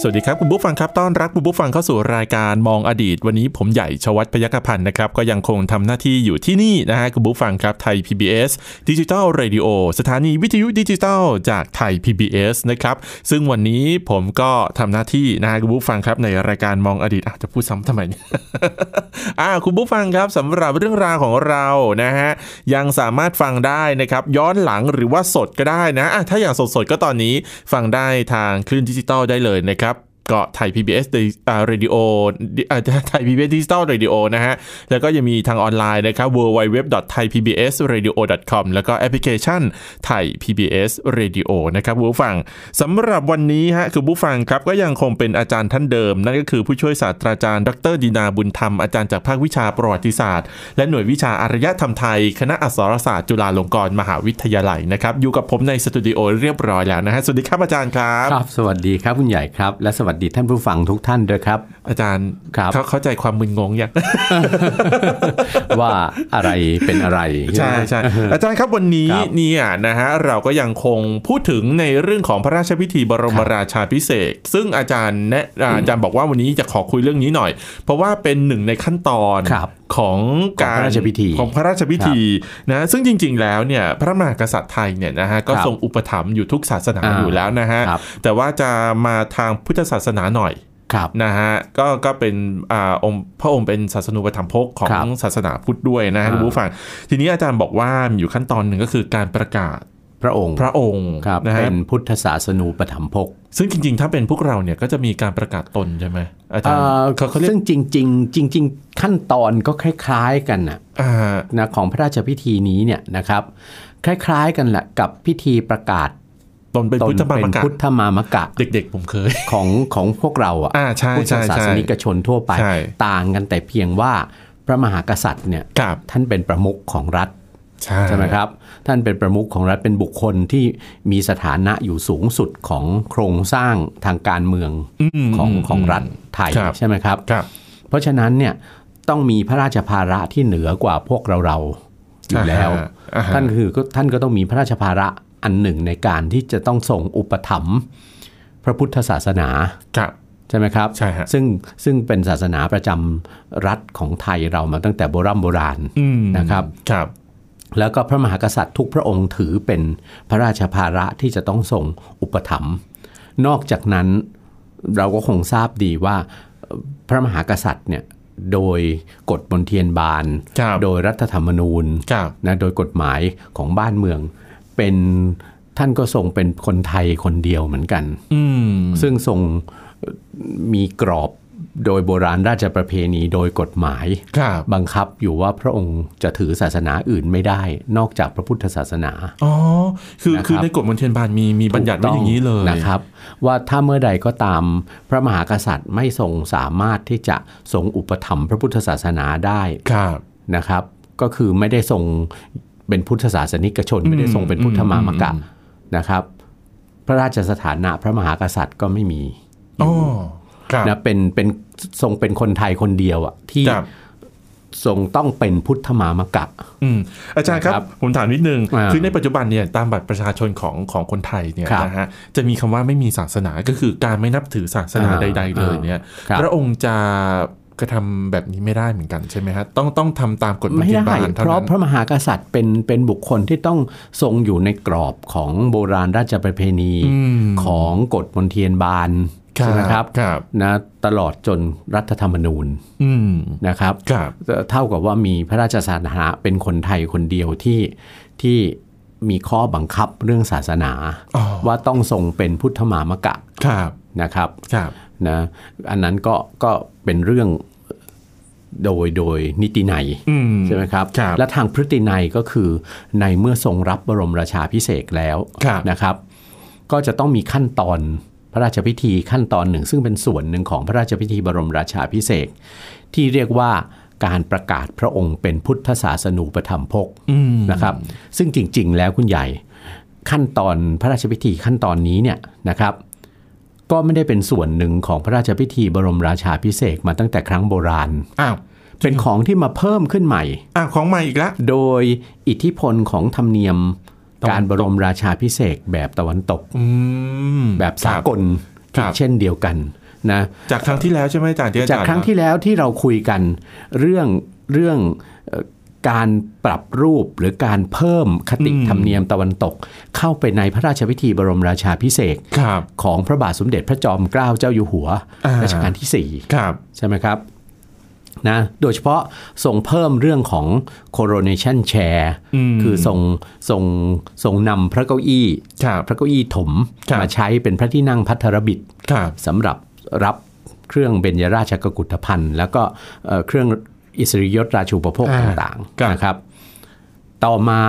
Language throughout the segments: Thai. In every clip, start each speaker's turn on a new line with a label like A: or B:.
A: สวัสดีครับคุณผู้ฟังครับต้อนรับคุณผู้ฟังเข้าสู่รายการมองอดีต วันนี้ผมใหญ่ชวัฒน์พยัคฆพันธ์นะครับ ก็ยังคงทำหน้าที่อยู่ที่นี่นะฮะคุณผู้ฟังครับไทย PBS ดิจิ t a l Radio สถานีวิทยุดิจิทัลจากไทย PBS นะครับ ซึ่งวันนี้ผมก็ทำหน้าที่นะฮะคุณผู้ฟังครับในรายการมองอดีตอาจจะพูดซ้ำทำไมเนี่ย อ่าคุณผู้ฟังครับสำหรับเรื่องราวของเรานะฮะยังสามารถฟังได้นะครับย้อนหลังหรือว่าสดก็ได้นะอ่ะถ้าอย่างสดๆก็ตอนนี้ฟังได้ทางคลื่นดิจิตอลได้เลยนะครับเกาะไทย PBS เรดิโอไทย PBS Digital Radio นะฮะ แล้วก็ยังมีทางออนไลน์นะครับ www.thaipbsradio.com แล้วก็แอปพลิเคชันไทย PBS Radio นะครับคุณผู้ฟังสำหรับวันนี้ฮะคือผู้ฟังครับก็ยังคงเป็นอาจารย์ท่านเดิม นั่นก็คือผู้ช่วยศาสตราจารย์ ดรดินาบุญธรรม อาจารย์จากภาควิชาประวัติศาสตร์ และหน่วยวิชาอารยธรรมไทย คณะอักษรศาสตร์จุฬาลงกรณ์มหาวิทยาลัยนะครับอยู่กับผมในสตูดิโอเรียบร้อยแล้วนะฮะสวัสดีครับอาจารย์ครับ
B: ครับสวัสดีครับคุณใหญ่ครับ และสวัสดีท่านผู้ฟังทุกท่านด้วย ครับ
A: อาจารย์
B: ครับ
A: เข้าเข้าใจความมึนงงยัง
B: ว่าอะไรเป็นอะไร
A: ใช่
B: ไหม
A: ใช่อาจารย์ครับวันนี้
B: ครับ
A: เนี่ยนะฮะเราก็ยังคงพูดถึงในเรื่องของพระราชพิธีบรม
B: ครับ
A: ราชาพิเศษกซึ่งอาจารย์แนะอ่าอาจารย์บอกว่าวันนี้จะขอคุยเรื่องนี้หน่อย เพราะว่าเป็นหนึ่งในขั้นตอน
B: ครับ
A: ของการ
B: ของพระราชพิธี
A: ของพระราชพิธีนะซึ่งจริง ๆ แล้วเนี่ยพระมหากษัตริย์ไทยเนี่ยนะฮะก็
B: ครับ
A: ทรงอุปถัมภ์อยู่ทุกศาสนา
B: อ่า
A: อยู่แล้วนะฮะ
B: ครับ
A: แต่ว่าจะมาทางพุทธศาสนาหน่อย
B: ครับ
A: นะฮะก็ก็เป็นอ่าองค์พระองค์เป็นศาสนูปถัมภกขอ
B: ครั
A: ง
B: บ
A: ศาสนาพุทธด้วยนะฮะ
B: อ่า
A: คุณผู้ฟังทีนี้อาจารย์บอกว่ามีอยู่ขั้นตอนหนึ่งก็คือการประกาศ
B: พระองค์
A: พระองค์
B: ครับ
A: นะฮะ
B: เป็นพุทธศาสนูปถัมภก
A: ซึ่งจริง ๆ ถ้าเป็นพวกเราเนี่ยก็จะมีการประกาศตนใช่ไหมอาจารย์เขาเขาเรียก
B: ซึ่งจริง ๆ จริง ๆ ขั้นตอนก็คล้าย ๆ กันนะ
A: อ่า
B: นะของพระราชพิธีนี้เนี่ยนะครับ คล้าย ๆ กันแหละกับพิธีประกาศ
A: ตนเป็น
B: ตน
A: พุทธบัณ
B: เป็น
A: ฑะ
B: พุทธมามกะ
A: เด็ก ๆ ผมเคย
B: ของของพวกเราอ่ะ
A: อ่าใช่
B: พุทธ
A: ใช่ใช่
B: ศาสนิกชนทั่วไป
A: ใช่
B: ต่างกันแต่เพียงว่าพระมหากษัตริย์เนี่ย
A: กับ
B: ท่านเป็นประมุขของรัฐ
A: ใช่
B: ใช่ไหมครับ ท่านเป็นประมุขของรัฐเป็นบุคคลที่มีสถานะอยู่สูงสุดของโครงสร้างทางการเมือง
A: อืม
B: ของ
A: ม
B: ของรัฐไทย
A: ครับ
B: ใช่ไหมครับ
A: ครับ
B: เพราะฉะนั้นเนี่ยต้องมีพระราชภาระที่เหนือกว่าพวกเราเราๆอยู่แล้ว
A: อ่ฮะ
B: ท่านคือก็ท่านก็ต้องมีพระราชภาระอันหนึ่งในการที่จะต้องส่งอุปถัมภ์พระพุทธศาสนา
A: ครับ
B: ใช่ไหมครับ
A: ใช่ฮะ
B: ซึ่งซึ่งเป็นศาสนาประจำรัฐของไทยเรามาตั้งแต่โบรำโบราณ
A: อืม
B: นะครับ
A: ครับ
B: แล้วก็พระมหากษัตริย์ทุกพระองค์ถือเป็นพระราชภาระที่จะต้องทรงอุปถัมภ์นอกจากนั้นเราก็คงทราบดีว่าเอ่อพระมหากษัตริย์เนี่ยโดยกฎมนเทียนบาน
A: ครับ
B: โดยรัฐธรรมนูญ
A: ครับ
B: นะโดยกฎหมายของบ้านเมือง เป็นท่านก็ทรงเป็นคนไทยคนเดียวเหมือนกัน
A: อืม
B: ซึ่งทรงเอ่อมีกรอบโดยโบราณราชประเพณีโดยกฎหมาย
A: ครับ
B: บังคับอยู่ว่าพระองค์จะถือศาสนาอื่นไม่ได้ นอกจากพระพุทธศาสนา
A: อ๋อคือ
B: นะครับ
A: คือในกฎมนเทียนบานมีมีบัญญัติไว้อย่างนี้เลย
B: นะครับ ว่าถ้าเมื่อใดก็ตามพระมหากษัตริย์ไม่ทรงสามารถที่จะทรงอุปถัมภ์พระพุทธศาสนาได้
A: ครับ
B: นะครับ ก็คือไม่ได้ทรงเป็นพุทธศาสนิกชน ไม่ได้ทรงเป็นพุทธมามกะนะครับ พระราชสถานะพระมหากษัตริย์ก็ไม่มี
A: อ๋อครับ
B: นะเป็นเป็นทรงเป็นคนไทยคนเดียวอะที่
A: ครับ
B: ทรงต้องเป็นพุทธมามกะ
A: อืมอาจารย์ครับ
B: ครับ
A: ผมถามนิดนึง
B: อ่า
A: คือในปัจจุบันเนี่ยตามบัตรประชาชนของของคนไทยเนี่ย
B: ครับ
A: นะฮะจะมีคำว่าไม่มีศาสนาก็คือการไม่นับถือศาสนา
B: อ่า
A: ใด ๆ เลยเนี่ย
B: ครับ
A: พระองค์จะกระทำแบบนี้ไม่ได้เหมือนกันใช่ไหมฮะต้องต้องทำตามกฎบัญ
B: ไม่
A: ญัติ
B: ได้
A: บาลเท่า
B: เพราะ
A: นั้น
B: พระมหากษัตริย์เป็นเป็นบุคคลที่ต้องทรงอยู่ในกรอบของโบราณราชประเพณี
A: อืม
B: ของกฎมนเทียนบานใช่ไหมครับ
A: ครับ
B: นะตลอดจนรัฐธรรมนูญ
A: อืม
B: นะครับ
A: ครับ
B: เอ่อเท่ากับว่ามีพระราชสถานะเป็นคนไทยคนเดียวที่ที่มีข้อบังคับเรื่องศาสนา
A: อ๋อ
B: ว่าต้องทรงเป็นพุทธมามกะ
A: ครับ
B: นะครับ
A: ครับ
B: นะอันนั้นก็ก็เป็นเรื่องโดยโดยนิตินัย
A: อืม
B: ใช่ไหมครับ
A: ครับ
B: และทางพฤตินัยก็คือในเมื่อทรงรับบรมราชาพิเศษกแล้ว
A: ครับ
B: นะครับ ก็จะต้องมีขั้นตอนพระราชพิธีขั้นตอนหนึ่ง ซึ่งเป็นส่วนหนึ่งของพระราชพิธีบรมราชาพิเศษกที่เรียกว่า การประกาศพระองค์เป็นพุทธศาสนูปธรรมภก
A: อืม
B: นะครับ ซึ่งจริง ๆ แล้วคุณใหญ่ขั้นตอนพระราชพิธีขั้นตอนนี้เนี่ยนะครับ ก็ไม่ได้เป็นส่วนหนึ่งของพระราชพิธีบรมราชาพิเศษกมาตั้งแต่ครั้งโบราณ
A: อ้าว
B: เป็นของที่มาเพิ่มขึ้นใหม่
A: อ้าวของใหม่อีกละ
B: โดยอิทธิพลของธรรมเนียม
A: ตะวันตก
B: การบรมราชาพิเศษกแบบตะวันตก
A: อืม
B: แบบสาก
A: ครั
B: ล
A: ครั
B: อี
A: บ
B: กเช่นเดียวกันนะ
A: จากครั้งที่แล้วใช่ไหมอาจารย์ที่อจ
B: จาก
A: ย์
B: ครั้งที่แล้วที่เราคุยกันเรื่องเรื่องเอ่อการปรับรูปหรือการเพิ่มคติธรรมเนียมตะวันตก เข้าไปในพระราชพิธีบรมราชาพิเศษก
A: ครับ
B: ของพระบาทสมเด็จพระจอมเกล้าเจ้าอยู่หัว
A: อ่ารั
B: รัชกาลที่สี่
A: ครับ
B: ใช่ไหมครับนะโดยเฉพาะส่งเพิ่มเรื่องของ coronation chair
A: อืม
B: คือส่งส่งส่งนำพระเก้าอี้
A: ครับ
B: พระเก้าอี้ถม
A: ครับ
B: มาใช้เป็นพระที่นั่งพัทรบิด
A: ครับ
B: สำหรับรับเครื่องเบญจราชกกุฏภัณฑ์ แล้วก็เอ่อเครื่องอิสริยยศราชูปโภค
A: อ่า
B: ต่าง
A: ครับ
B: ๆนะครับ ต่อมา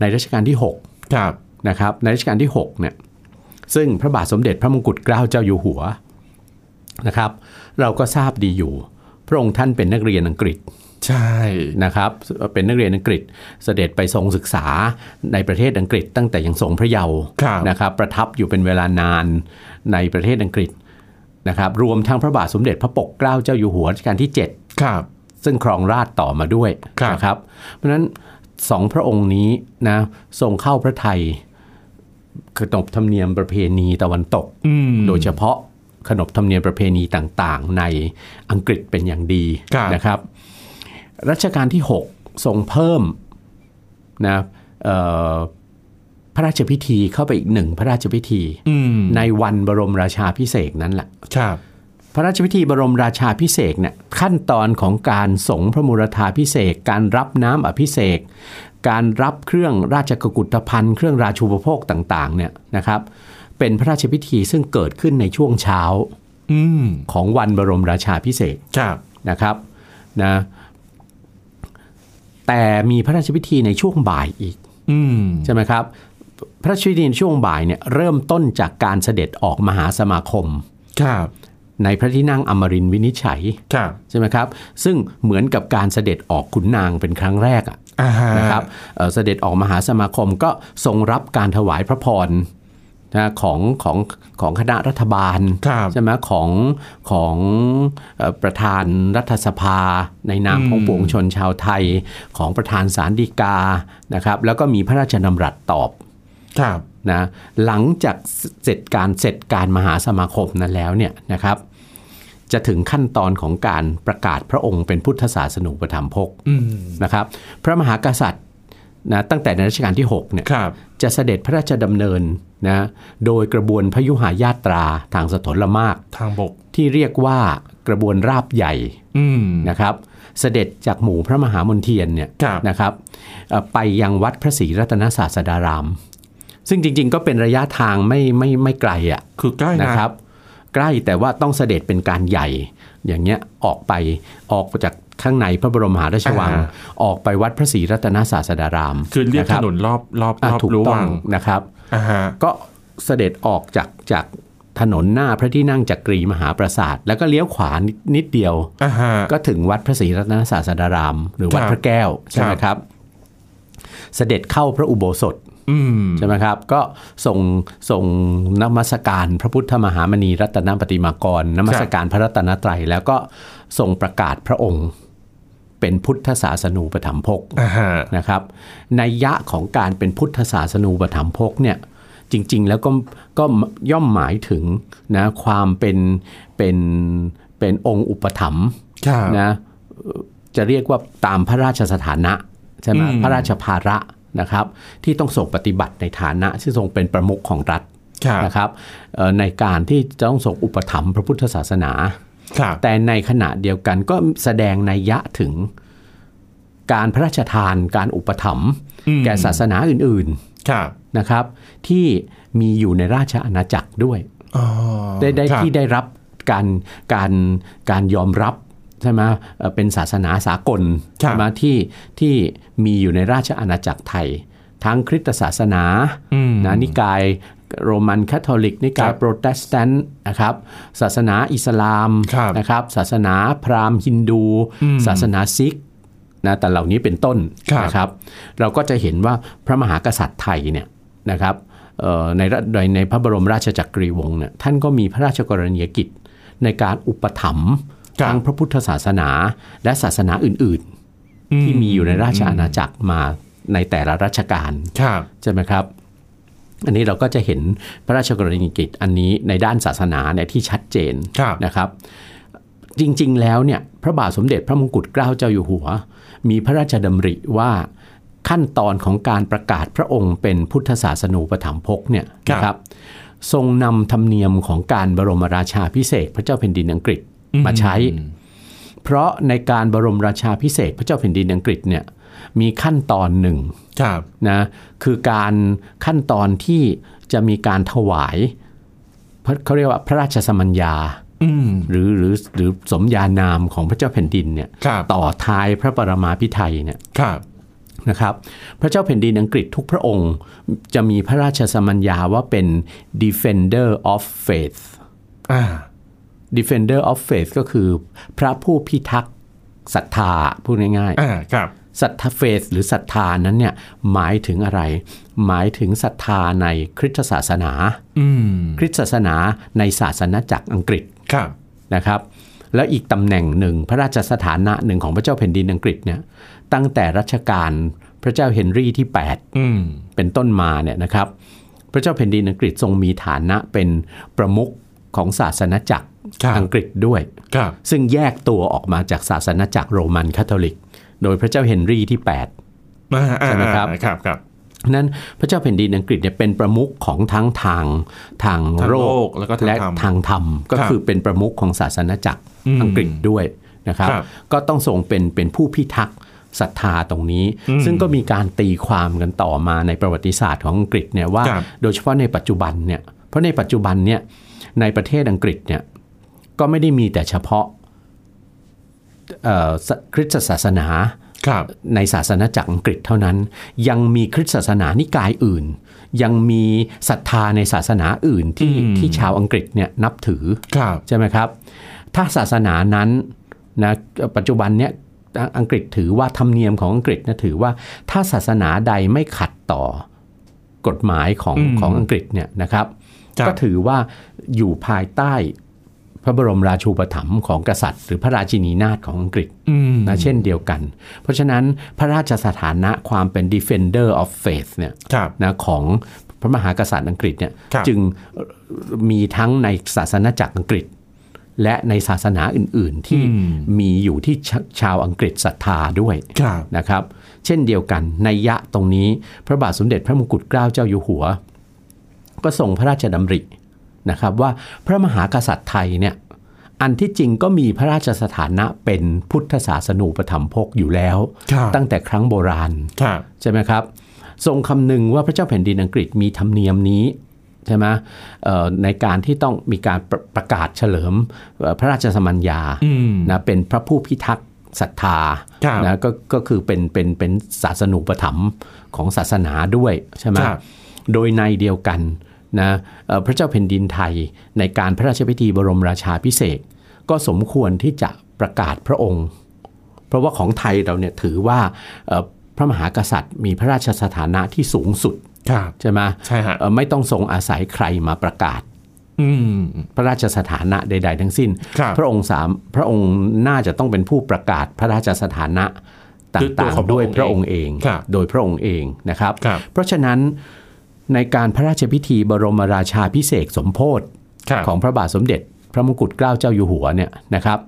B: ในรัชกาลที่ 6
A: ครับ
B: นะครับในรัชกาลที่6เนี่ยซึ่งพระบาทสมเด็จพระมงกุฎเกล้าเจ้าอยู่หัวนะครับ เราก็ทราบดีอยู่ พระองค์ท่านเป็นนักเรียนอังกฤษ
A: ใช่
B: นะครับเป็นนักเรียนอังกฤษเสด็จไปทรงศึกษาในประเทศอังกฤษ ตั้งแต่ยังทรงพระเยาว์
A: ครับ
B: นะครับประทับอยู่เป็นเวลานานในประเทศอังกฤษนะครับรวมทั้งพระบาทสมเด็จพระปกเกล้าเจ้าอยู่หัวรัชกาลที่ 7
A: ครับ
B: ซึ่งครองราชย์ต่อมาด้วย
A: ครับ
B: นะครับ เพราะฉะนั้นสองพระองค์นี้นะทรงเข้าพระไทยขนบธรรมเนียมประเพณีตะวันตก
A: อืม
B: โดยเฉพาะขนบธรรมเนียมประเพณีต่างๆ ในอังกฤษเป็นอย่างดี
A: ครับ
B: นะครับ รัชกาลที่ 6 ทรงเพิ่มนะเอ่อพระราชพิธีเข้าไปอีกหนึ่งพระราชพิธี
A: อืม
B: ในวันบรมราชาพิเศษกนั้นแหละ
A: ครับ
B: พระราชพิธีบรมราชาพิเศษกเนี่ยขั้นตอนของการสงพระมุรธาพิเศษกการรับน้ำอภิเษกการรับเครื่องราชกุฏภัณฑ์เครื่องราชูปโภคต่างๆเนี่ยนะครับเป็นพระราชพิธีซึ่งเกิดขึ้นในช่วงเช้า
A: อืม
B: ของวันบรมราชาพิเศษก
A: ครับ
B: นะครับนะแต่มีพระราชพิธีในช่วงบ่ายอีก
A: อืม
B: ใช่ไหมครับ พระราชพิธีในช่วงบ่ายเนี่ยเริ่มต้นจากการเสด็จออกมหาสมาคม
A: ครับ
B: ในพระที่นั่งอมรินทร์วินิจฉัย
A: ครับ
B: ใช่ไหมครับ ซึ่งเหมือนกับการเสด็จออกขุนนางเป็นครั้งแรกอะ
A: อ่าฮ
B: นะครับเอ่อเสด็จออกมหาสมาคมก็ทรงรับการถวายพระพรนะของของของคณะรัฐบาล
A: ครับ
B: ใช่ไหมของของเอ่อประธานรัฐสภา ในนาม
A: อืม
B: ของปวงชนชาวไทย ของประธานสารดีกานะครับแล้วก็มีพระราชดำรัสตอบ
A: ครับ
B: นะหลังจากเสร็จการเสร็จการมหาสมาคมนั้นแล้วเนี่ยนะครับ จะถึงขั้นตอนของการประกาศพระองค์เป็นพุทธศาสนูปธรรมภก
A: อืม
B: นะครับ พระมหากษัตริย์นะตั้งแต่ในรัชกาลที่6เนี่ย
A: ครับ
B: จะเสด็จพระราชดำเนินนะโดยกระบวนพยุหายาตราทางสถลมาก
A: ทางบก
B: ที่เรียกว่ากระบวนราบใหญ่
A: อืม
B: นะครับ เสด็จจากหมู่พระมหามนเทียนเนี่ย
A: ครับ
B: นะครับเอ่อไปยังวัดพระศรีรัตนศาสดาราม ซึ่งจริงๆ ก็เป็นระยะทางไม่ไม่ไม่ไกลอ่ะ
A: คือใกล้นะ
B: นะครับใกล้แต่ว่าต้องเสด็จเป็นการใหญ่ อย่างเงี้ยออกไปออกจากข้างในพระบรมมหาราชวัง ออกไปวัดพระศรีรัตนศาสดาราม
A: คือเรียกถ
B: ะบ
A: นนรอบรอบ
B: อ่ะ
A: รอบ
B: ถูก
A: รั้ว
B: ต้อ
A: วั
B: ง
A: ง
B: นะครับ
A: อ่าฮะ
B: ก็เสด็จออกจากจากถนนหน้าพระที่นั่งจักรีมหาปราสาท แล้วก็เลี้ยวขวานิดนิดเดียว
A: อ่าฮะ
B: ก็ถึงวัดพระศรีรัตนศาสดาราม หรือวัด
A: ครับ
B: พระแก้วใช่ไห
A: ค
B: ม
A: รับ
B: ครับ เสด็จเข้าพระอุโบสถ
A: อืม
B: ใช่ไหมครับ ก็ส่งส่งนมัสการพระพุทธมหามณีรัตนปฏิมากรนมัสการพระรัตนตรัยแล้วก็ส่งประกาศพระองค์ เป็นพุทธศาสนูปถัมภก
A: อ่าฮะ
B: นะครับในยยะของการเป็นพุทธศาสนูปถัมภกเนี่ยจริง ๆ แล้วก็ก็ย่อมหมายถึงนะความเป็นเป็นเป็นองค์อุปถัมภ์
A: ครับ
B: นะเอ่อจะเรียกว่าตามพระราชสถานะใช่ไหม
A: อืม
B: พระราชภาระนะครับ ที่ต้องส่งปฏิบัติในฐานะที่ทรงเป็นประมุขของรัฐ
A: ครับ
B: นะครับเอ่อในการที่จะต้องทรงอุปถัมภ์พระพุทธศาสนา
A: ครับ
B: แต่ในขณะเดียวกันก็แสดงนัยยะถึงการพระราชทานการอุปถัมภ์
A: อืม
B: แก่ศาสนาอื่น
A: ครับ
B: ๆนะครับ ที่มีอยู่ในราชอาณาจักรด้วย
A: อ๋อ
B: ได้ได้
A: ครับ
B: ที่ได้รับการการการยอมรับใช่ไหมเอ่อเป็นศาสนาสากลใช่ไหมที่ที่มีอยู่ในราชอาณาจักรไทย ทั้งคริสตศาสนา
A: อืม
B: นะนิกายโรมันคาทอลิก นิ
A: ค
B: กาย
A: รับ
B: โปรเตสแตนต์นะครับศาสนาอิสลาม
A: ครับ
B: นะครับศาสนาพราหมณ์ฮินดู
A: อืม
B: ศาสนาซิก นะแต่เหล่านี้เป็นต้น
A: ครับ
B: นะครับเราก็จะเห็นว่าพระมหากษัตริย์ไทยเนี่ยนะครับเอ่อในระในในพระบรมราชจักรีวงศ์เนี่ยท่านก็มีพระราชกรณียกิจในการอุปถัมภ์
A: ครับ
B: ทั้งพระพุทธศาสนาและศาสนาอื่น ๆ ที่มีอยู่ในราชอาณาจักรมาในแต่ละรัชกาล
A: ครับ
B: ใช่ไหมครับ อันนี้เราก็จะเห็นพระราชกรณียกิจอันนี้ในด้านศาสนาเนี่ยที่ชัดเจน
A: ครับ
B: นะครับ จริงๆแล้วเนี่ยพระบาทสมเด็จพระมงกุฎเกล้าเจ้าอยู่หัว มีพระราชดำริว่าขั้นตอนของการประกาศพระองค์เป็นพุทธศาสนูปถัมภกเนี่ย
A: ครับ
B: นะครับ ทรงนำธรรมเนียมของการบรมราชาพิเศษกพระเจ้าแผ่นดินอังกฤษมาใช้ เพราะในการบรมราชาพิเศษกพระเจ้าแผ่นดินอังกฤษเนี่ยมีขั้นตอนหนึ่ง
A: ครับ
B: นะคือการขั้นตอนที่จะมีการถวายพระเขาเรียกว่าพระราชสมัญญา
A: อืม
B: หรือหรือหรือสมญานามของพระเจ้าแผ่นดินเนี่ย
A: ครับ
B: ต่อท้ายพระปรมาพิไทยเนี่ย
A: ครับ
B: นะครับพระเจ้าแผ่นดินอังกฤษทุกพระองค์จะมีพระราชสมัญญาว่าเป็น defender of faith
A: อ่า
B: defender of faith ก็คือพระผู้พิทักษ์ศรัทธาพูดง่ายๆ
A: อ่า ครับ
B: ศรัทธาเฟสหรือศรัทธานั้นเนี่ยหมายถึงอะไร หมายถึงศรัทธาในคริสตศาสนา
A: อืม
B: คริสตศาสนาในศาสนาจักรอังกฤษ
A: ครับ
B: นะครับ แล้วอีกตำแหน่งหนึ่งพระราชสถานะหนึ่งของพระเจ้าแผ่นดินอังกฤษเนี่ยตั้งแต่รัชกาลพระเจ้าเฮนรี่ที่ 8
A: อืม
B: เป็นต้นมาเนี่ยนะครับ พระเจ้าแผ่นดินอังกฤษทรงมีฐานะเป็นประมุขของศาสนาจักร
A: ครับ
B: อังกฤษด้วย
A: ครับ
B: ซึ่งแยกตัวออกมาจากศาสนาจักรโรมันคาทอลิก โดยพระเจ้าเฮนรี่ที่ 8
A: อ่าอ่า
B: ใช่ไหมครับ
A: อ่าครับ ครับ
B: นั้นพระเจ้าแผ่นดินอังกฤษเนี่ยเป็นประมุขของทั้งทางทาง
A: ทาง
B: โล
A: โล
B: ก
A: กแล้วก็ทางธรรม
B: ทางธรรม ก็
A: ครับ
B: คือเป็นประมุขของศาสนาจักร
A: อืม
B: อังกฤษด้วยนะครับ
A: ครับ
B: ก็ต้องทรงเป็นเป็นผู้พิทักษ์ศรัทธาตรงนี้
A: อืม
B: ซึ่งก็มีการตีความกันต่อมาในประวัติศาสตร์ของอังกฤษเนี่ยว่า
A: ครับ
B: โดยเฉพาะในปัจจุบันเนี่ยเพราะในปัจจุบันเนี่ยในประเทศอังกฤษเนี่ยก็ไม่ได้มีแต่เฉพาะเอ่อคริสตศาสนา
A: ครับ
B: ในศาสนาจักรอังกฤษเท่านั้น ยังมีคริสตศาสนานิกายอื่น ยังมีศรัทธาในศาสนาอื่นที่
A: อืม
B: ที่ชาวอังกฤษเนี่ยนับถือ
A: ครับ
B: ใช่ไหมครับ ถ้าศาสนานั้นนะปัจจุบันเนี่ยอังกฤษถือว่าธรรมเนียมของอังกฤษนะถือว่าถ้าศาสนาใดไม่ขัดต่อกฎหมายของ
A: อืม
B: ของอังกฤษเนี่ยนะครับ
A: ครับ
B: ก็ถือว่าอยู่ภายใต้พระบรมราชูปถัมภ์ของกษัตริย์ หรือพระราชินีนาถของอังกฤษ
A: อืม
B: นะเช่นเดียวกัน เพราะฉะนั้นพระราชสถานะความเป็น defender of faith เนี่ย
A: ครับ
B: นะของพระมหากษัตริย์อังกฤษเนี่ย
A: ครับ
B: จึงเอ่อมีทั้งในศาสนาจักรอังกฤษ และในศาสนาอื่น ๆ ที่มีอยู่ที่ชาชาวอังกฤษศรัทธาด้วย
A: ครับ
B: นะครับ เช่นเดียวกันในยยะตรงนี้พระบาทสมเด็จพระมงกุฎเกล้าเจ้าอยู่หัว ก็ทรงพระราชดำรินะครับว่าพระมหากษัตริย์ไทยเนี่ยอันที่จริงก็มีพระราชสถานะเป็นพุทธศาสนูปถัมภกอยู่แล้ว
A: ครับ
B: ตั้งแต่ครั้งโบราณ
A: ครับ
B: ใช่ไหมครับ ทรงคำนึงว่าพระเจ้าแผ่นดินอังกฤษมีธรรมเนียมนี้ใช่ไหมเอ่อในการที่ต้องมีการประประกาศเฉลิมเอ่อพระราชสมัญญา
A: อืม
B: นะเป็นพระผู้พิทักษ์ศรัทธา
A: ครับ
B: นะก็ก็คือเป็นเป็นเป็นศาสนูปถัมภ์ของศาสนาด้วยใช่ไหม
A: ครับ
B: โดยในเดียวกันนะเอ่อพระเจ้าแผ่นดินไทยในการพระราชพิธีบรมราชาพิเศษกก็สมควรที่จะประกาศพระองค์ เพราะว่าของไทยเราเนี่ยถือว่าเอ่อพระมหากษัตริย์ มีพระราชสถานะที่สูงสุด
A: ครับ
B: ใช่ไหม
A: ใช่ฮะ
B: เอ่อไม่ต้องทรงอาศัยใครมาประกาศ
A: อืม
B: พระราชสถานะใด ๆ ทั้งสิ้น
A: ครับ
B: พระองค์สามพระองค์น่าจะต้องเป็นผู้ประกาศพระราชสถานะต่
A: ด้วยตัว
B: าง
A: ของ
B: ๆ ด้วย
A: พ
B: พ
A: ระ
B: ระ
A: อ
B: อง ง
A: ค์
B: ค์เอง
A: ครับ
B: โดยพระองค์เองนะครับ
A: ครับ
B: เพราะฉะนั้นในการพระราชพิธีบรมราชาพิเศษกสมโพธิ
A: ครับ
B: ของพระบาทสมเด็จพระมงกุฎเกล้าเจ้าอยู่หัวเนี่ยนะครับ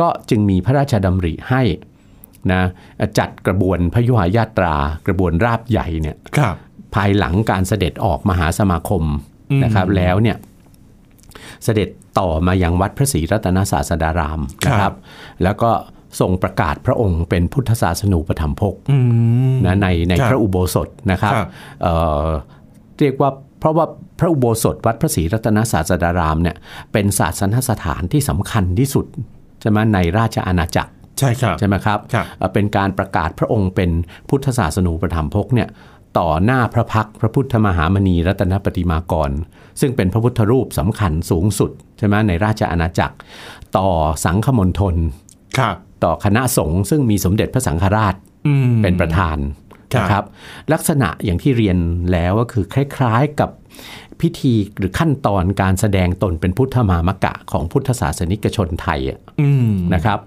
B: ก็จึงมีพระราชดำริให้นะจัดกระบวนพระยุหายาตรากระบวนราบใหญ่เนี่ย
A: ครับ
B: ภายหลังการเสด็จออกมหาสมาคม
A: อืม
B: นะครับแล้วเนี่ยเสด็จต่อมายังวัดพระศรีรัตนศาสดารามนะครับ แล้วก็ทรงประกาศพระองค์เป็นพุทธศาสนูปถัมภก
A: อืม
B: นะในใน
A: ครับ
B: พระอุโบสถนะครับ
A: ครับ
B: เอ่อเรียกว่าเพราะว่าพระอุโบสถวัดพระศรีรัตนศาสดารามเนี่ยเป็นศาสนสถานที่สำคัญที่สุดใช่ไหมในราชอาณาจักร
A: ใช่ครับ
B: ใช่ไหมครับ
A: ครับ
B: เอ่อเป็นการประกาศพระองค์เป็นพุทธศาสนูปถัมภกเนี่ยต่อหน้าพระพักตร์พระพุทธมหามณีรัตนปฏิมากร ซึ่งเป็นพระพุทธรูปสำคัญสูงสุดใช่ไหมในราชอาณาจักร ต่อสังฆมณฑล
A: ครับ
B: ต่อคณะสงฆ์ซึ่งมีสมเด็จพระสังฆราช
A: อืม
B: เป็นประธาน
A: ครับ
B: นะครับลักษณะอย่างที่เรียนแล้วก็คือคล้ายๆกับพิธีหรือขั้นตอนการแสดงตนเป็นพุทธมามกะของพุทธศาสนิกชนไทยอะ
A: อืม
B: นะครับ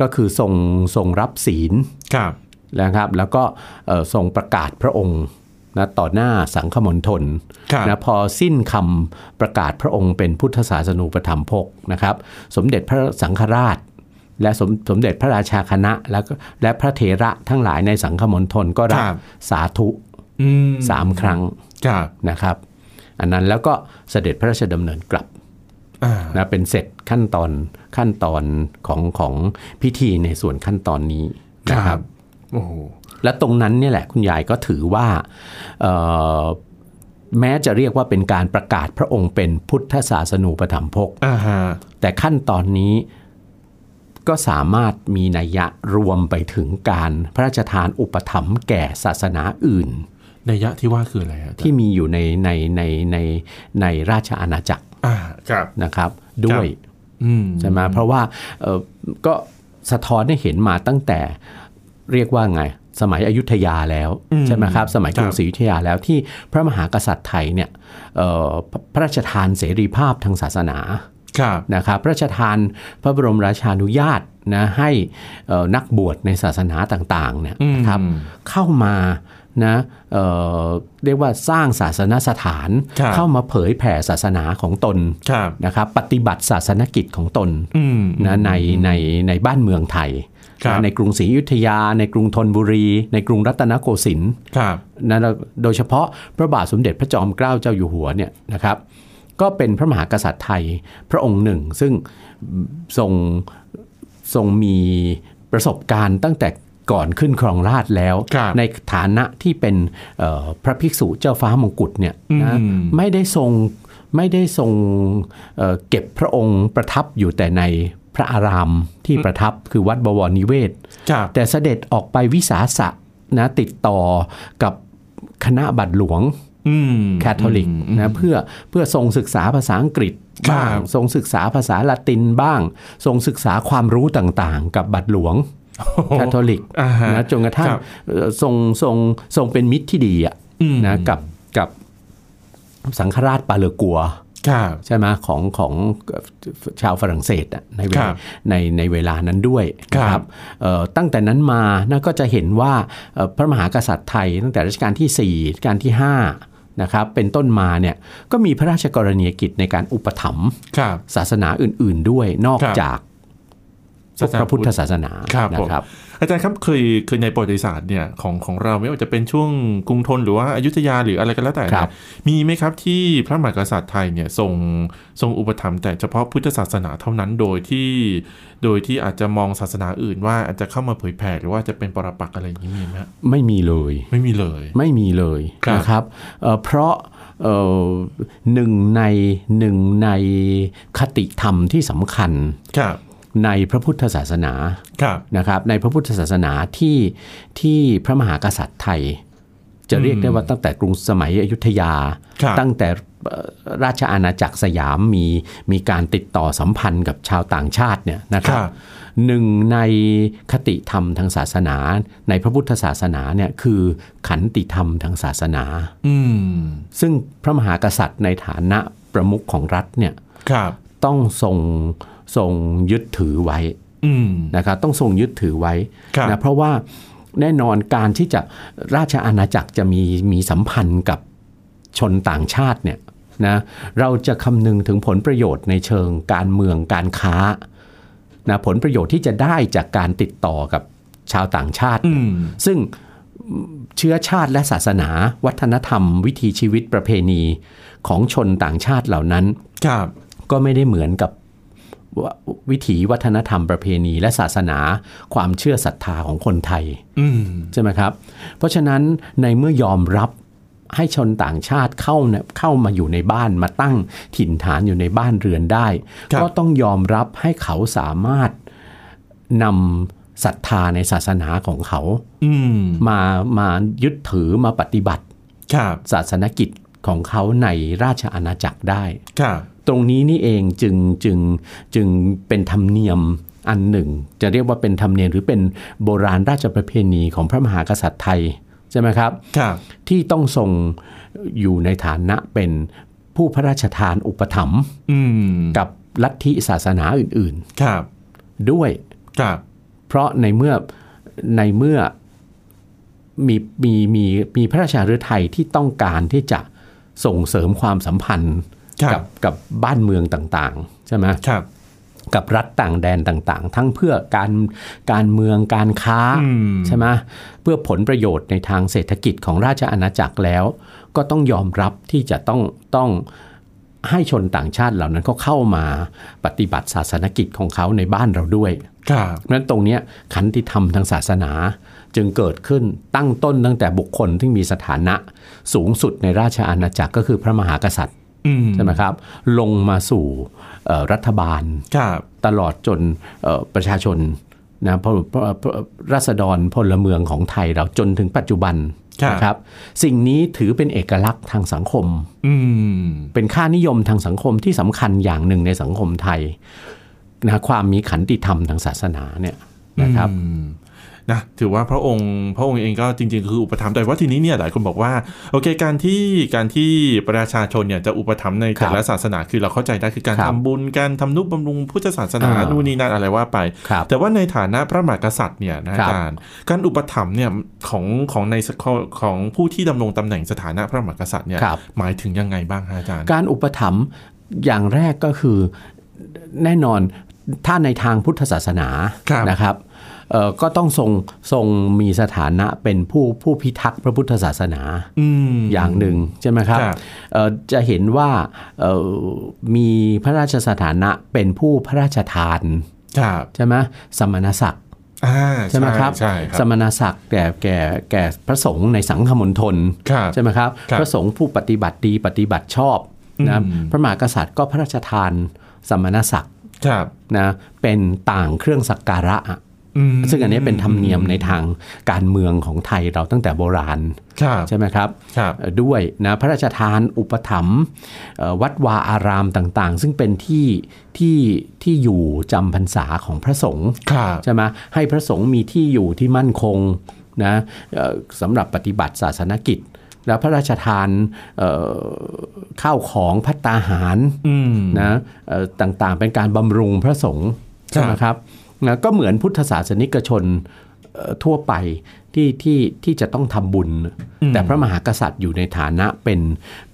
B: ก็คือทรงทรงรับศีล
A: ครับ
B: นะครับแล้วก็เอ่อทรงประกาศพระองค์นะต่อหน้าสังฆมณฑล
A: ครับ
B: นะพอสิ้นคำประกาศพระองค์เป็นพุทธศาสนูปธรรมภกนะครับ สมเด็จพระสังฆราช และสมสมเด็จพระราชาคณะแล้วก็และพระเถระทั้งหลายในสังฆมณฑลก็รับสาธุ
A: อืม
B: สามครั้ง
A: ครับ
B: นะครับ อันนั้นแล้วก็เสด็จพระราชดำเนินกลับ
A: อ่า
B: นะเป็นเสร็จขั้นตอนขั้นตอนของของพิธีในส่วนขั้นตอนนี้
A: ค
B: นะค
A: รั
B: รับ บ
A: โอ้โห
B: และตรงนั้นเนี่ยแหละคุณยายก็ถือว่าเอ่อแม้จะเรียกว่าเป็นการประกาศพระองค์เป็นพุทธศาสนูปถัมภก
A: อ่าฮะ
B: แต่ขั้นตอนนี้ก็สามารถมีนัยยะรวมไปถึงการพระราชทานอุปถัมภ์แก่ศาสนาอื่น
A: นัยยะที่ว่าคืออะไรฮะ
B: ที่มีอยู่ในในในในในราชอาณาจักร
A: อ่าครับ
B: นะครับด้วย
A: อืม
B: ใช่ไหมเพราะว่าเอ่อก็สะท้อนให้เห็นมาตั้งแต่เรียกว่าไง สมัยอยุธยาแล้ว
A: อืม
B: ใช่ไหมครับ สมัยกรุ
A: ครั
B: ง
A: บ
B: ศรีอยุธยาแล้วที่พระมหากษัตริย์ไทยเนี่ยเอ่อพระพระราชทานเสรีภาพทางศาสนา
A: ครับ
B: นะครับ พระราชทานพระบรมราชานุญาตนะให้เอ่อนักบวชในศาสนาต่างๆเนี่ย
A: อืม
B: นะครับเข้ามานะเอ่อเรียกว่าสร้างศาสนสถาน
A: ครับ
B: เข้ามาเผยแผ่ศาสนาของตน
A: ครับ
B: นะครับปฏิบัติศาสนกิจของตน
A: อืม
B: นะในในในบ้านเมืองไทย
A: ครับ
B: นะในกรุงศรีอยุธยา ในกรุงธนบุรี ในกรุงรัตนโกสินทร์
A: ครับ
B: นะแล้วโดยเฉพาะพระบาทสมเด็จพระจอมเกล้าเจ้าอยู่หัวเนี่ยนะครับ ก็เป็นพระมหากษัตริย์ไทยพระองค์หนึ่ง ซึ่งทรงทรงมีประสบการณ์ตั้งแต่ก่อนขึ้นครองราชย์แล้ว
A: ครับ
B: ในฐานะที่เป็นเอ่อพระภิกษุเจ้าฟ้ามงกุฎเนี่ยนะ
A: อืม
B: ไม่ได้ทรงไม่ได้ทรงเอ่อเก็บพระองค์ประทับอยู่แต่ในพระอารามที่ประทับคือวัดบวรนิเวศ
A: ครับ
B: แต่เสด็จออกไปวิสาสะนะติดต่อกับคณะบัตรหลวง
A: อืม
B: แคทอลิกนะเพื่อเพื่อทรงศึกษาภาษาอังกฤษบ้าง
A: ครับ
B: ทรงศึกษาภาษาละตินบ้าง ทรงศึกษาความรู้ต่างๆ กับบัตรหลวงแคทอลิก
A: อ่าฮะ
B: นะจนกระทั่ง
A: ครับ
B: เอ่อทรงทรงทรงเป็นมิตรที่ดีอะ
A: อืม
B: นะกับกับสังฆราชปาเลอกัว
A: ครับ
B: ใช่ไหมของของชาวฝรั่งเศสอะในเว
A: ค
B: ลา
A: รับ
B: ในในเวลานั้นด้วยนะครับ เอ่อตั้งแต่นั้นมานะก็จะเห็นว่าเอ่อพระมหากษัตริย์ไทย ตั้งแต่รัชกาลที่ 4รัชกาลที่5นะครับเป็นต้นมาเนี่ยก็มีพระราชกรณียกิจในการอุปถัมภ์
A: ครับ
B: ศาสนาอื่น ๆ ด้วยนอก
A: ครับ
B: จากพระพุทธศาสนา
A: ครับผม
B: นะครับ
A: อาจารย์ครับเคยเคยในประวัติศาสตร์เนี่ยของของเราไม่ว่าจะเป็นช่วงกรุงธนหรือว่าอยุธยาหรืออะไรก็แล้วแต่
B: ค
A: เนี่ย
B: รับ
A: มีไหมครับที่พระมหากษัตริย์ไทยเนี่ยทรงทรงอุปถัมภ์แต่เฉพาะพุทธศาสนาเท่านั้นโดยที่โดยที่อาจจะมองศาสนาอื่นว่าอาจจะเข้ามาเผยแผ่หรือว่าจะเป็นปรปักษ์อะไรอย่างนี้มีไหมฮะ
B: ไม่มีเลย
A: ไม่มีเลย
B: ไม่มีเลย
A: ครับ
B: นะครับเอ่อเพราะเอ่อหนึ่งในหนึ่งในคติธรรมที่สำคัญ
A: ครับ
B: ในพระพุทธศาสนา
A: ครับ
B: นะครับในพระพุทธศาสนาที่ที่พระมหากษัตริย์ไทย จะเรียกได้ว่าตั้งแต่กรุงสมัยอยุธยา
A: ครับ
B: ตั้งแต่เอ่อราชอาณาจักรสยามมีมีการติดต่อสัมพันธ์กับชาวต่างชาติเนี่ยนะค
A: ครับ รับ
B: หนึ่งในคติธรรมทางศาสนา ในพระพุทธศาสนาเนี่ยคือขันติธรรมทางศาสนา
A: อืม
B: ซึ่งพระมหากษัตริย์ในฐานะประมุขของรัฐเนี่ย
A: ครับ
B: ต้องทรงทรงยึดถือไว้
A: อืม
B: นะครับต้องทรงยึดถือไว้
A: ครับ
B: นะเพราะว่าแน่นอนการที่จะราชอาณาจักรจะมีมีสัมพันธ์กับชนต่างชาติเนี่ยนะเราจะคำนึงถึงผลประโยชน์ในเชิงการเมืองการค้านะผลประโยชน์ที่จะได้จากการติดต่อกับชาวต่างชาติ
A: อืม
B: ซึ่งเชื้อชาติและศาสนา วัฒนธรรม วิถีชีวิตประเพณีของชนต่างชาติเหล่านั้น
A: ครับ
B: ก็ไม่ได้เหมือนกับววิถีวัฒนธรรมประเพณี และศาสนาความเชื่อศรัทธาของคนไทย
A: อืม
B: ใช่ไหมครับ เพราะฉะนั้นในเมื่อยอมรับให้ชนต่างชาติเข้าเนี่ยเข้ามาอยู่ในบ้านมาตั้งถิ่นฐานอยู่ในบ้านเรือนได้ ก็ต้องยอมรับให้เขาสามารถนำศรัทธาในศาสนาของเขา
A: อืม
B: มามายึดถือมาปฏิบัติ
A: ครับ
B: ศาสนกิจของเขาในราชอาณาจักรได้
A: ครับ
B: ตรงนี้นี่เองจึงจึงจึงเป็นธรรมเนียม อันหนึ่ง จะเรียกว่าเป็นธรรมเนียมหรือเป็นโบราณราชประเพณีของพระมหากษัตริย์ไทยใช่ไหมครับ
A: ครับ
B: ที่ต้องทรงอยู่ในฐานะเป็นผู้พระราชทานอุปถัมภ์
A: อืม
B: กับลัทธิศาสนาอื่น
A: ครับ
B: ๆ ด้วย
A: ครับ
B: เพราะในเมื่อในเมื่อมีมีมีมีพระราชาฤทัยที่ต้องการที่จะส่งเสริมความสัมพันธ์
A: ครับ
B: กักับบ้านเมืองต่างๆใช่ไหม
A: ครับ
B: กับรัฐต่างแดนต่างๆ ทั้งเพื่อการการเมืองการค้า
A: อืม
B: ใช่ไหมเพื่อผลประโยชน์ในทางเศรษฐกิจของราชอาณาจักรแล้ว ก็ต้องยอมรับที่จะต้องต้องให้ชนต่างชาติเหล่านั้นก็เข้ามาปฏิบัติศาสนกิจของเขาในบ้านเราด้วย
A: ครับ
B: เพราะฉะนั้นตรงเนี้ยขันติธรรมทางศาสนาจึงเกิดขึ้นตั้งต้นตั้งแต่บุคคลที่มีสถานะสูงสุดในราชอาณาจักรก็คือพระมหากษัตริย์
A: อืม
B: ใช่ไหมครับลงมาสู่เอ่อรัฐบาล
A: ครับ
B: ตลอดจนเอ่อประชาชนนะพลพลพลราษฎรพลเมืองของไทยเราจนถึงปัจจุบัน
A: ครับ
B: นะครับสิ่งนี้ถือเป็นเอกลักษณ์ทางสังคม
A: อืม
B: เป็นค่านิยมทางสังคมที่สำคัญอย่างหนึ่งในสังคมไทยนะความมีขันติธรรมทางศาสนาเนี่ยนะครับ
A: อืมนะถือว่าพระองค์พระองค์เองก็จริงๆ คืออุปถัมภ์แต่ว่าทีนี้เนี่ยหลายคนบอกว่าโอเคการที่การที่ประชาชนเนี่ยจะอุปถัมภ์ใน
B: ครับ
A: แต่ละศาสนาคือเราเข้าใจได้คือการ
B: ครับ
A: ทำบุญการทำนุบำรุงพุทธศาสนา
B: อ่านู่
A: นู่นนี่นั่นอะไรว่าไป
B: ครับ
A: แต่ว่าในฐานะพระมหากษัตริย์เนี่ยนะ
B: ครั
A: อา
B: บ
A: จารย์การอุปถัมภ์เนี่ยของของในสของผู้ที่ดำรงตำแหน่งสถานะพระมหากษัตริย์เนี่ย
B: ครับ
A: หมายถึงยังไงบ้างฮะอาจารย์
B: การอุปถัมภ์อย่างแรกก็คือแน่นอนถ้าในทางพุทธศาสนา
A: ครับ
B: นะครับเอ่อก็ต้องทรงทรงมีสถานะเป็นผู้ผู้พิทักษ์พระพุทธศาสนา
A: อืม
B: อย่างหนึ่งใช่ไหมครับ
A: ครับ
B: เอ่อจะเห็นว่าเอ่อมีพระราชสถานะเป็นผู้พระราชทาน
A: ครับ
B: ใช่ไหมสมณศักดิ์
A: อ่า
B: ใช่ไหมครับ
A: ใช่ค
B: ส
A: รับ
B: มณศักดิ์แก่แก่แก่พระสงฆ์ในสังฆมณฑล
A: ครับ
B: ใช่ไหมครับ
A: ครับ
B: พระสงฆ์ผู้ปฏิบัติดีปฏิบัติชอบนะ
A: อืม
B: พระมหากษัตริย์ก็พระราชทานสมณศักดิ์
A: ครับ
B: นะเป็นต่างเครื่องสักการะอะ
A: อืม
B: ซึ่งอันนี้เป็นธรรมเนียมในทางการเมืองของไทยเราตั้งแต่โบราณ
A: ครับ
B: ใช่ไหมครับ
A: ครับ
B: เอ่อด้วยนะพระราชทานอุปถัมภ์เอ่อวัดวาอารามต่างๆ ซึ่งเป็นที่ที่ที่อยู่จำพรรษาของพระสงฆ์
A: ครับ
B: ใช่ไหมให้พระสงฆ์มีที่อยู่ที่มั่นคงนะเอ่อสำหรับปฏิบัติศาสนกิจ และพระราชทานเอ่อข้าวของพัตตาหาร
A: อืม
B: นะเอ่อต่างๆเป็นการบำรุงพระสงฆ์ใช่ไหมครับนะก็เหมือนพุทธศาสนิกชนเอ่อทั่วไปที่ที่ที่จะต้องทำบุญ
A: อืม
B: แต่พระมหากษัตริย์อยู่ในฐานะเป็น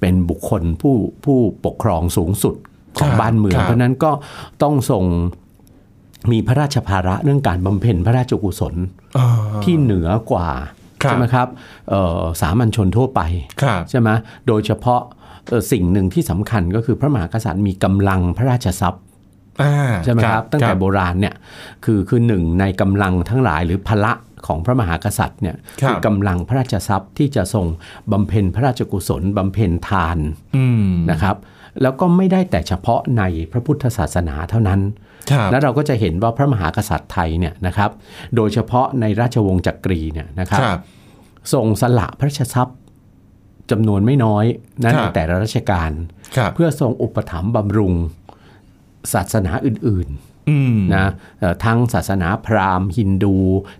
B: เป็นบุคคลผู้ผู้ปกครองสูงสุดของ
A: ครับ
B: บ้านเมือ
A: ค
B: ง
A: รับ
B: เพราะฉะนั้นก็ต้องทรง มีพระราชภาระเรื่องการบำเพ็ญพระราชกุศล
A: อ่า
B: ที่เหนือกว่า
A: ครับ
B: ใช่ไหมครับเอ่อสามัญชนทั่วไป
A: ครับ
B: ใช่ไหมโดยเฉพาะเอ่อสิ่งหนึ่งที่สำคัญก็คือพระมหากษัตริย์มีกำลังพระราชทรัพย์
A: อ่า
B: ใช่ไหมครับตั้งแต่โบราณเนี่ยคือคือหนึ่งในกำลังทั้งหลายหรือพละของพระมหากษัตริย์เนี่ย
A: ครับ
B: กำลังพระราชทรัพย์ที่จะทรงบำเพ็ญพระราชกุศลบำเพ็ญทาน
A: อืม
B: นะครับแล้วก็ไม่ได้แต่เฉพาะในพระพุทธศาสนาเท่านั้น
A: ครับ
B: แล้วเราก็จะเห็นว่าพระมหากษัตริย์ไทยเนี่ยนะครับ โดยเฉพาะในราชวงศ์จักรีเนี่ยนะครับ
A: ครับ
B: ทรงสละพระราชทรัพย์จำนวนไม่น้อยนะ
A: ครั
B: ใน
A: บ
B: แต่ละราชการ
A: ครับ
B: เพื่อทรงอุปถัมภ์บำรุงศาสนาอื่น
A: อืม
B: ๆนะเอ่อทั้งศาสนาพราหมณ์ ฮินดู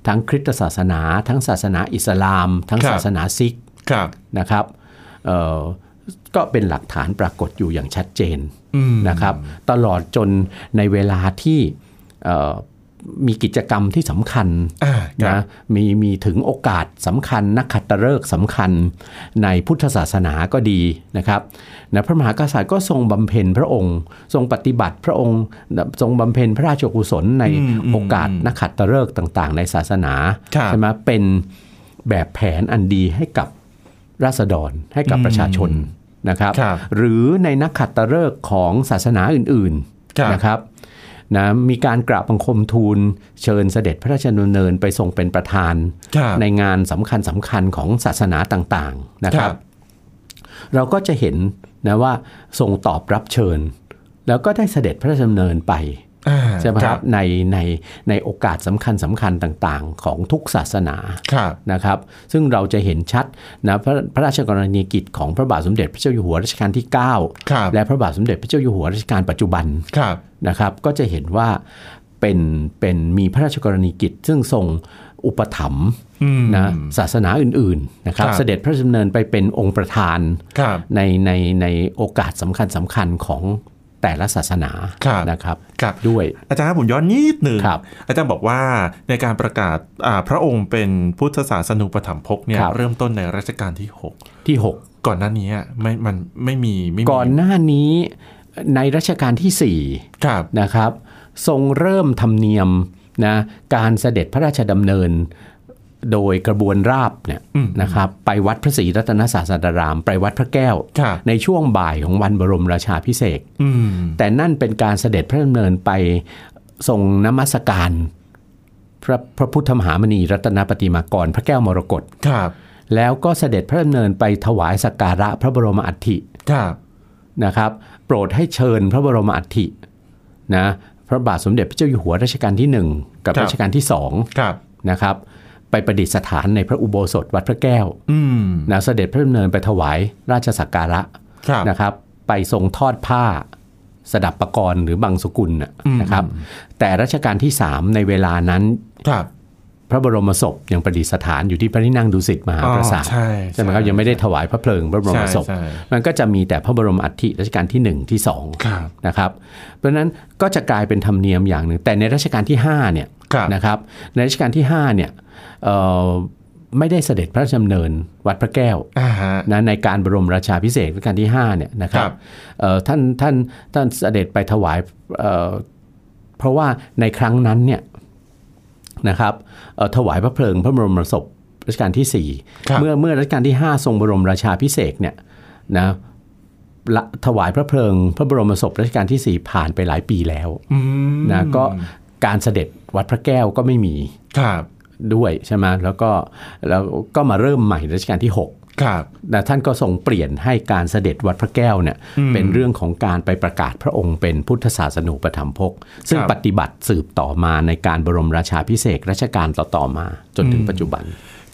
B: ทั้งคริสตศาสนา ทั้งศาสนาอิสลาม ทั้งศาสนาซิก
A: ครับ
B: นะครับเอ่อก็เป็นหลักฐานปรากฏอยู่อย่างชัดเจน
A: อืม
B: นะครับตลอดจนในเวลาที่เอ่อมีกิจกรรมที่สำคัญ
A: อ่าครับ
B: นะมีมีถึงโอกาสสำคัญ นักขัตฤกษ์สำคัญในพุทธศาสนาก็ดีนะครับนะพระมหากษัตริย์ก็ทรงบำเพ็ญพระองค์ ทรงปฏิบัติพระองค์ทรงบำเพ็ญพระราชกุศลในโอกาสนักขัตฤกษ์ต่าง ๆ ในศาสนา
A: ครับ
B: ใช่ไหมเป็นแบบแผนอันดีให้กับราษฎรให้กับประชาชนนะครับ
A: ครับ
B: หรือในนักขัตฤกษ์ของศาสนาอื่น
A: ครับ
B: ๆนะครับนะมีการกราบบังคมทูลเชิญเสด็จพระราชดำเนินไปทรงเป็นประธาน
A: ครับ
B: ในงานสำคัญสำคัญๆของศาสนาต่างๆนะค
A: ค
B: รั
A: รับ บ
B: เราก็จะเห็นนะว่าทรงตอบรับเชิญ แล้วก็ได้เสด็จพระราชดำเนินไป
A: อ่า
B: ใช่ไหมครับในในในโอกาสสำคัญสำคัญๆต่างๆ ของทุกศาสนา
A: ครับ
B: นะครับซึ่งเราจะเห็นชัดนะพระพระราชกรณียกิจของพระบาทสมเด็จพระเจ้าอยู่หัวรัชกาลที่
A: ครับ
B: 9 และพระบาทสมเด็จพระเจ้าอยู่หัวรัชกาลปัจจุบัน
A: ครับ
B: นะครับก็จะเห็นว่า เป็นเป็นมีพระราชกรณีกิจ ซึ่งทรงอุปถัมภ์
A: อืม
B: นะศาสนาอื่นๆนะครับ
A: ครับ
B: เสด็จพระราชดำเนินไปเป็นองค์ประธาน
A: ครับ
B: ในในในโอกาสสำคัญสำคัญของแต่ละศาสนา
A: ครับ
B: นะครับ
A: ครับ
B: ด้วย
A: อาจารย์ครับผมย้อนนิดหนึ่ง
B: ครับ
A: อาจารย์บอกว่าในการประกาศอ่าพระองค์เป็นพุทธศาสนุปถัมภกเนี่ย
B: ครับ
A: เริ่มต้นในรัชกาลที่
B: ที่
A: 6 ก่อนหน้านี้ไม่มันไม่มีไม่มี
B: 6 ก่อนหน้านี้ในรัชกาลที่
A: ครับ
B: 4 นะครับ ทรงเริ่มธรรมเนียมนะการเสด็จพระราชดำเนินโดยกระบวนราบเนี่ย
A: อืม
B: นะครับไปวัดพระศรีรัตนศาสดาราม ไปวัดพระแก้ว
A: ครับ
B: ในช่วงบ่ายของวันบรมราชาพิเศษก
A: อืม
B: แต่นั่นเป็นการเสด็จพระดำเนินไปทรงนมัสการพระพระพุทธมหามณีรัตนปฏิมากร พระแก้วมรกต
A: ครับ
B: แล้วก็เสด็จพระดำเนินไปถวายสักการะพระบรมอัฐิ
A: ครับ
B: นะครับ โปรดให้เชิญพระบรมอัฐินะพระบาทสมเด็จพระเจ้าอยู่หัวรัชกาลที่หนึ่งกับรัชกาลที่สอง
A: ครับ
B: นะครับ ไปประดิษฐานในพระอุโบสถวัดพระแก้ว
A: อืม
B: นะเสด็จพระดำเนินไปถวายราชสักการะ
A: ครับ
B: นะครับไปทรงทอดผ้าสดับประกรณ์หรือบังสุกุลน่ะ
A: อืม
B: นะครับแต่รัชกาลที่ 3 ในเวลานั้น
A: ครับ
B: พระบรมศพยังประดิษฐานอยู่ที่พระที่นั่งดุสิตมหาปราสาท
A: อ๋อใช่
B: ใช่ไหมครับยังไม่ได้ถวายพระเพลิงพระบร
A: ใช่
B: มศพ
A: ใช่
B: มันก็จะมีแต่พระบรมอัฐิรัชกาลที่ 1 ที่2
A: ครับ
B: นะครับเพราะฉะนั้นก็จะกลายเป็นธรรมเนียมอย่างหนึ่ง แต่ในรัชกาลที่5เนี่ย
A: ครับ
B: นะครับในรัชกาลที่5เนี่ยเอ่อไม่ได้เสด็จพระราชดำเนินวัดพระแก้ว
A: อ่าฮะ
B: นะในการบรมราชาพิเศษกรัชกาลที่5เนี่ยนะครั
A: ครับ บ
B: เอ่อท่านท่านท่านเสด็จไปถวายเอ่อเพราะว่าในครั้งนั้นเนี่ยนะครับเอ่อถวายพระเพลิงพระบรมศพรัชกาลที่
A: ครับ
B: 4 เมื่อเมื่อรัชกาลที่ 5 ทรงบรมราชาพิเศษกเนี่ยนะละถวายพระเพลิงพระบรมศพรัชกาลที่ 4 ผ่านไปหลายปีแล้ว
A: อืม
B: นะก็การเสด็จวัดพระแก้วก็ไม่มี
A: ครับ
B: ด้วยใช่ไหมแล้วก็แล้วก็มาเริ่มใหม่รัชกาลที่ 6
A: ครับ
B: แต่ท่านก็ทรงเปลี่ยนให้การเสด็จวัดพระแก้วเนี่ย
A: อืม
B: เป็นเรื่องของการไปประกาศพระองค์เป็นพุทธศาสนูปถัมภกซึ่ง
A: ครับ
B: ปฏิบัติสืบต่อมาในการบรมราชาพิเศษกรัชกาลต่อๆมาจนถึงปัจจุบัน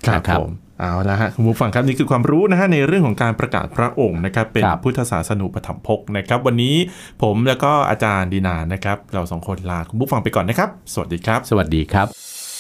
A: ครับ
B: นะ
A: ผมเอาละฮะคุณผู้ฟังครับนี่คือความรู้นะฮะในเรื่องของการประกาศพระองค์นะครับเป็น
B: ครับ
A: พุทธศาสนุปถัมภกนะครับ วันนี้ผมแล้วก็อาจารย์ดีนานะครับ เราสองคนลาคุณผู้ฟังไปก่อนนะครับ สวัสดีครับ
B: สวัสดีครับ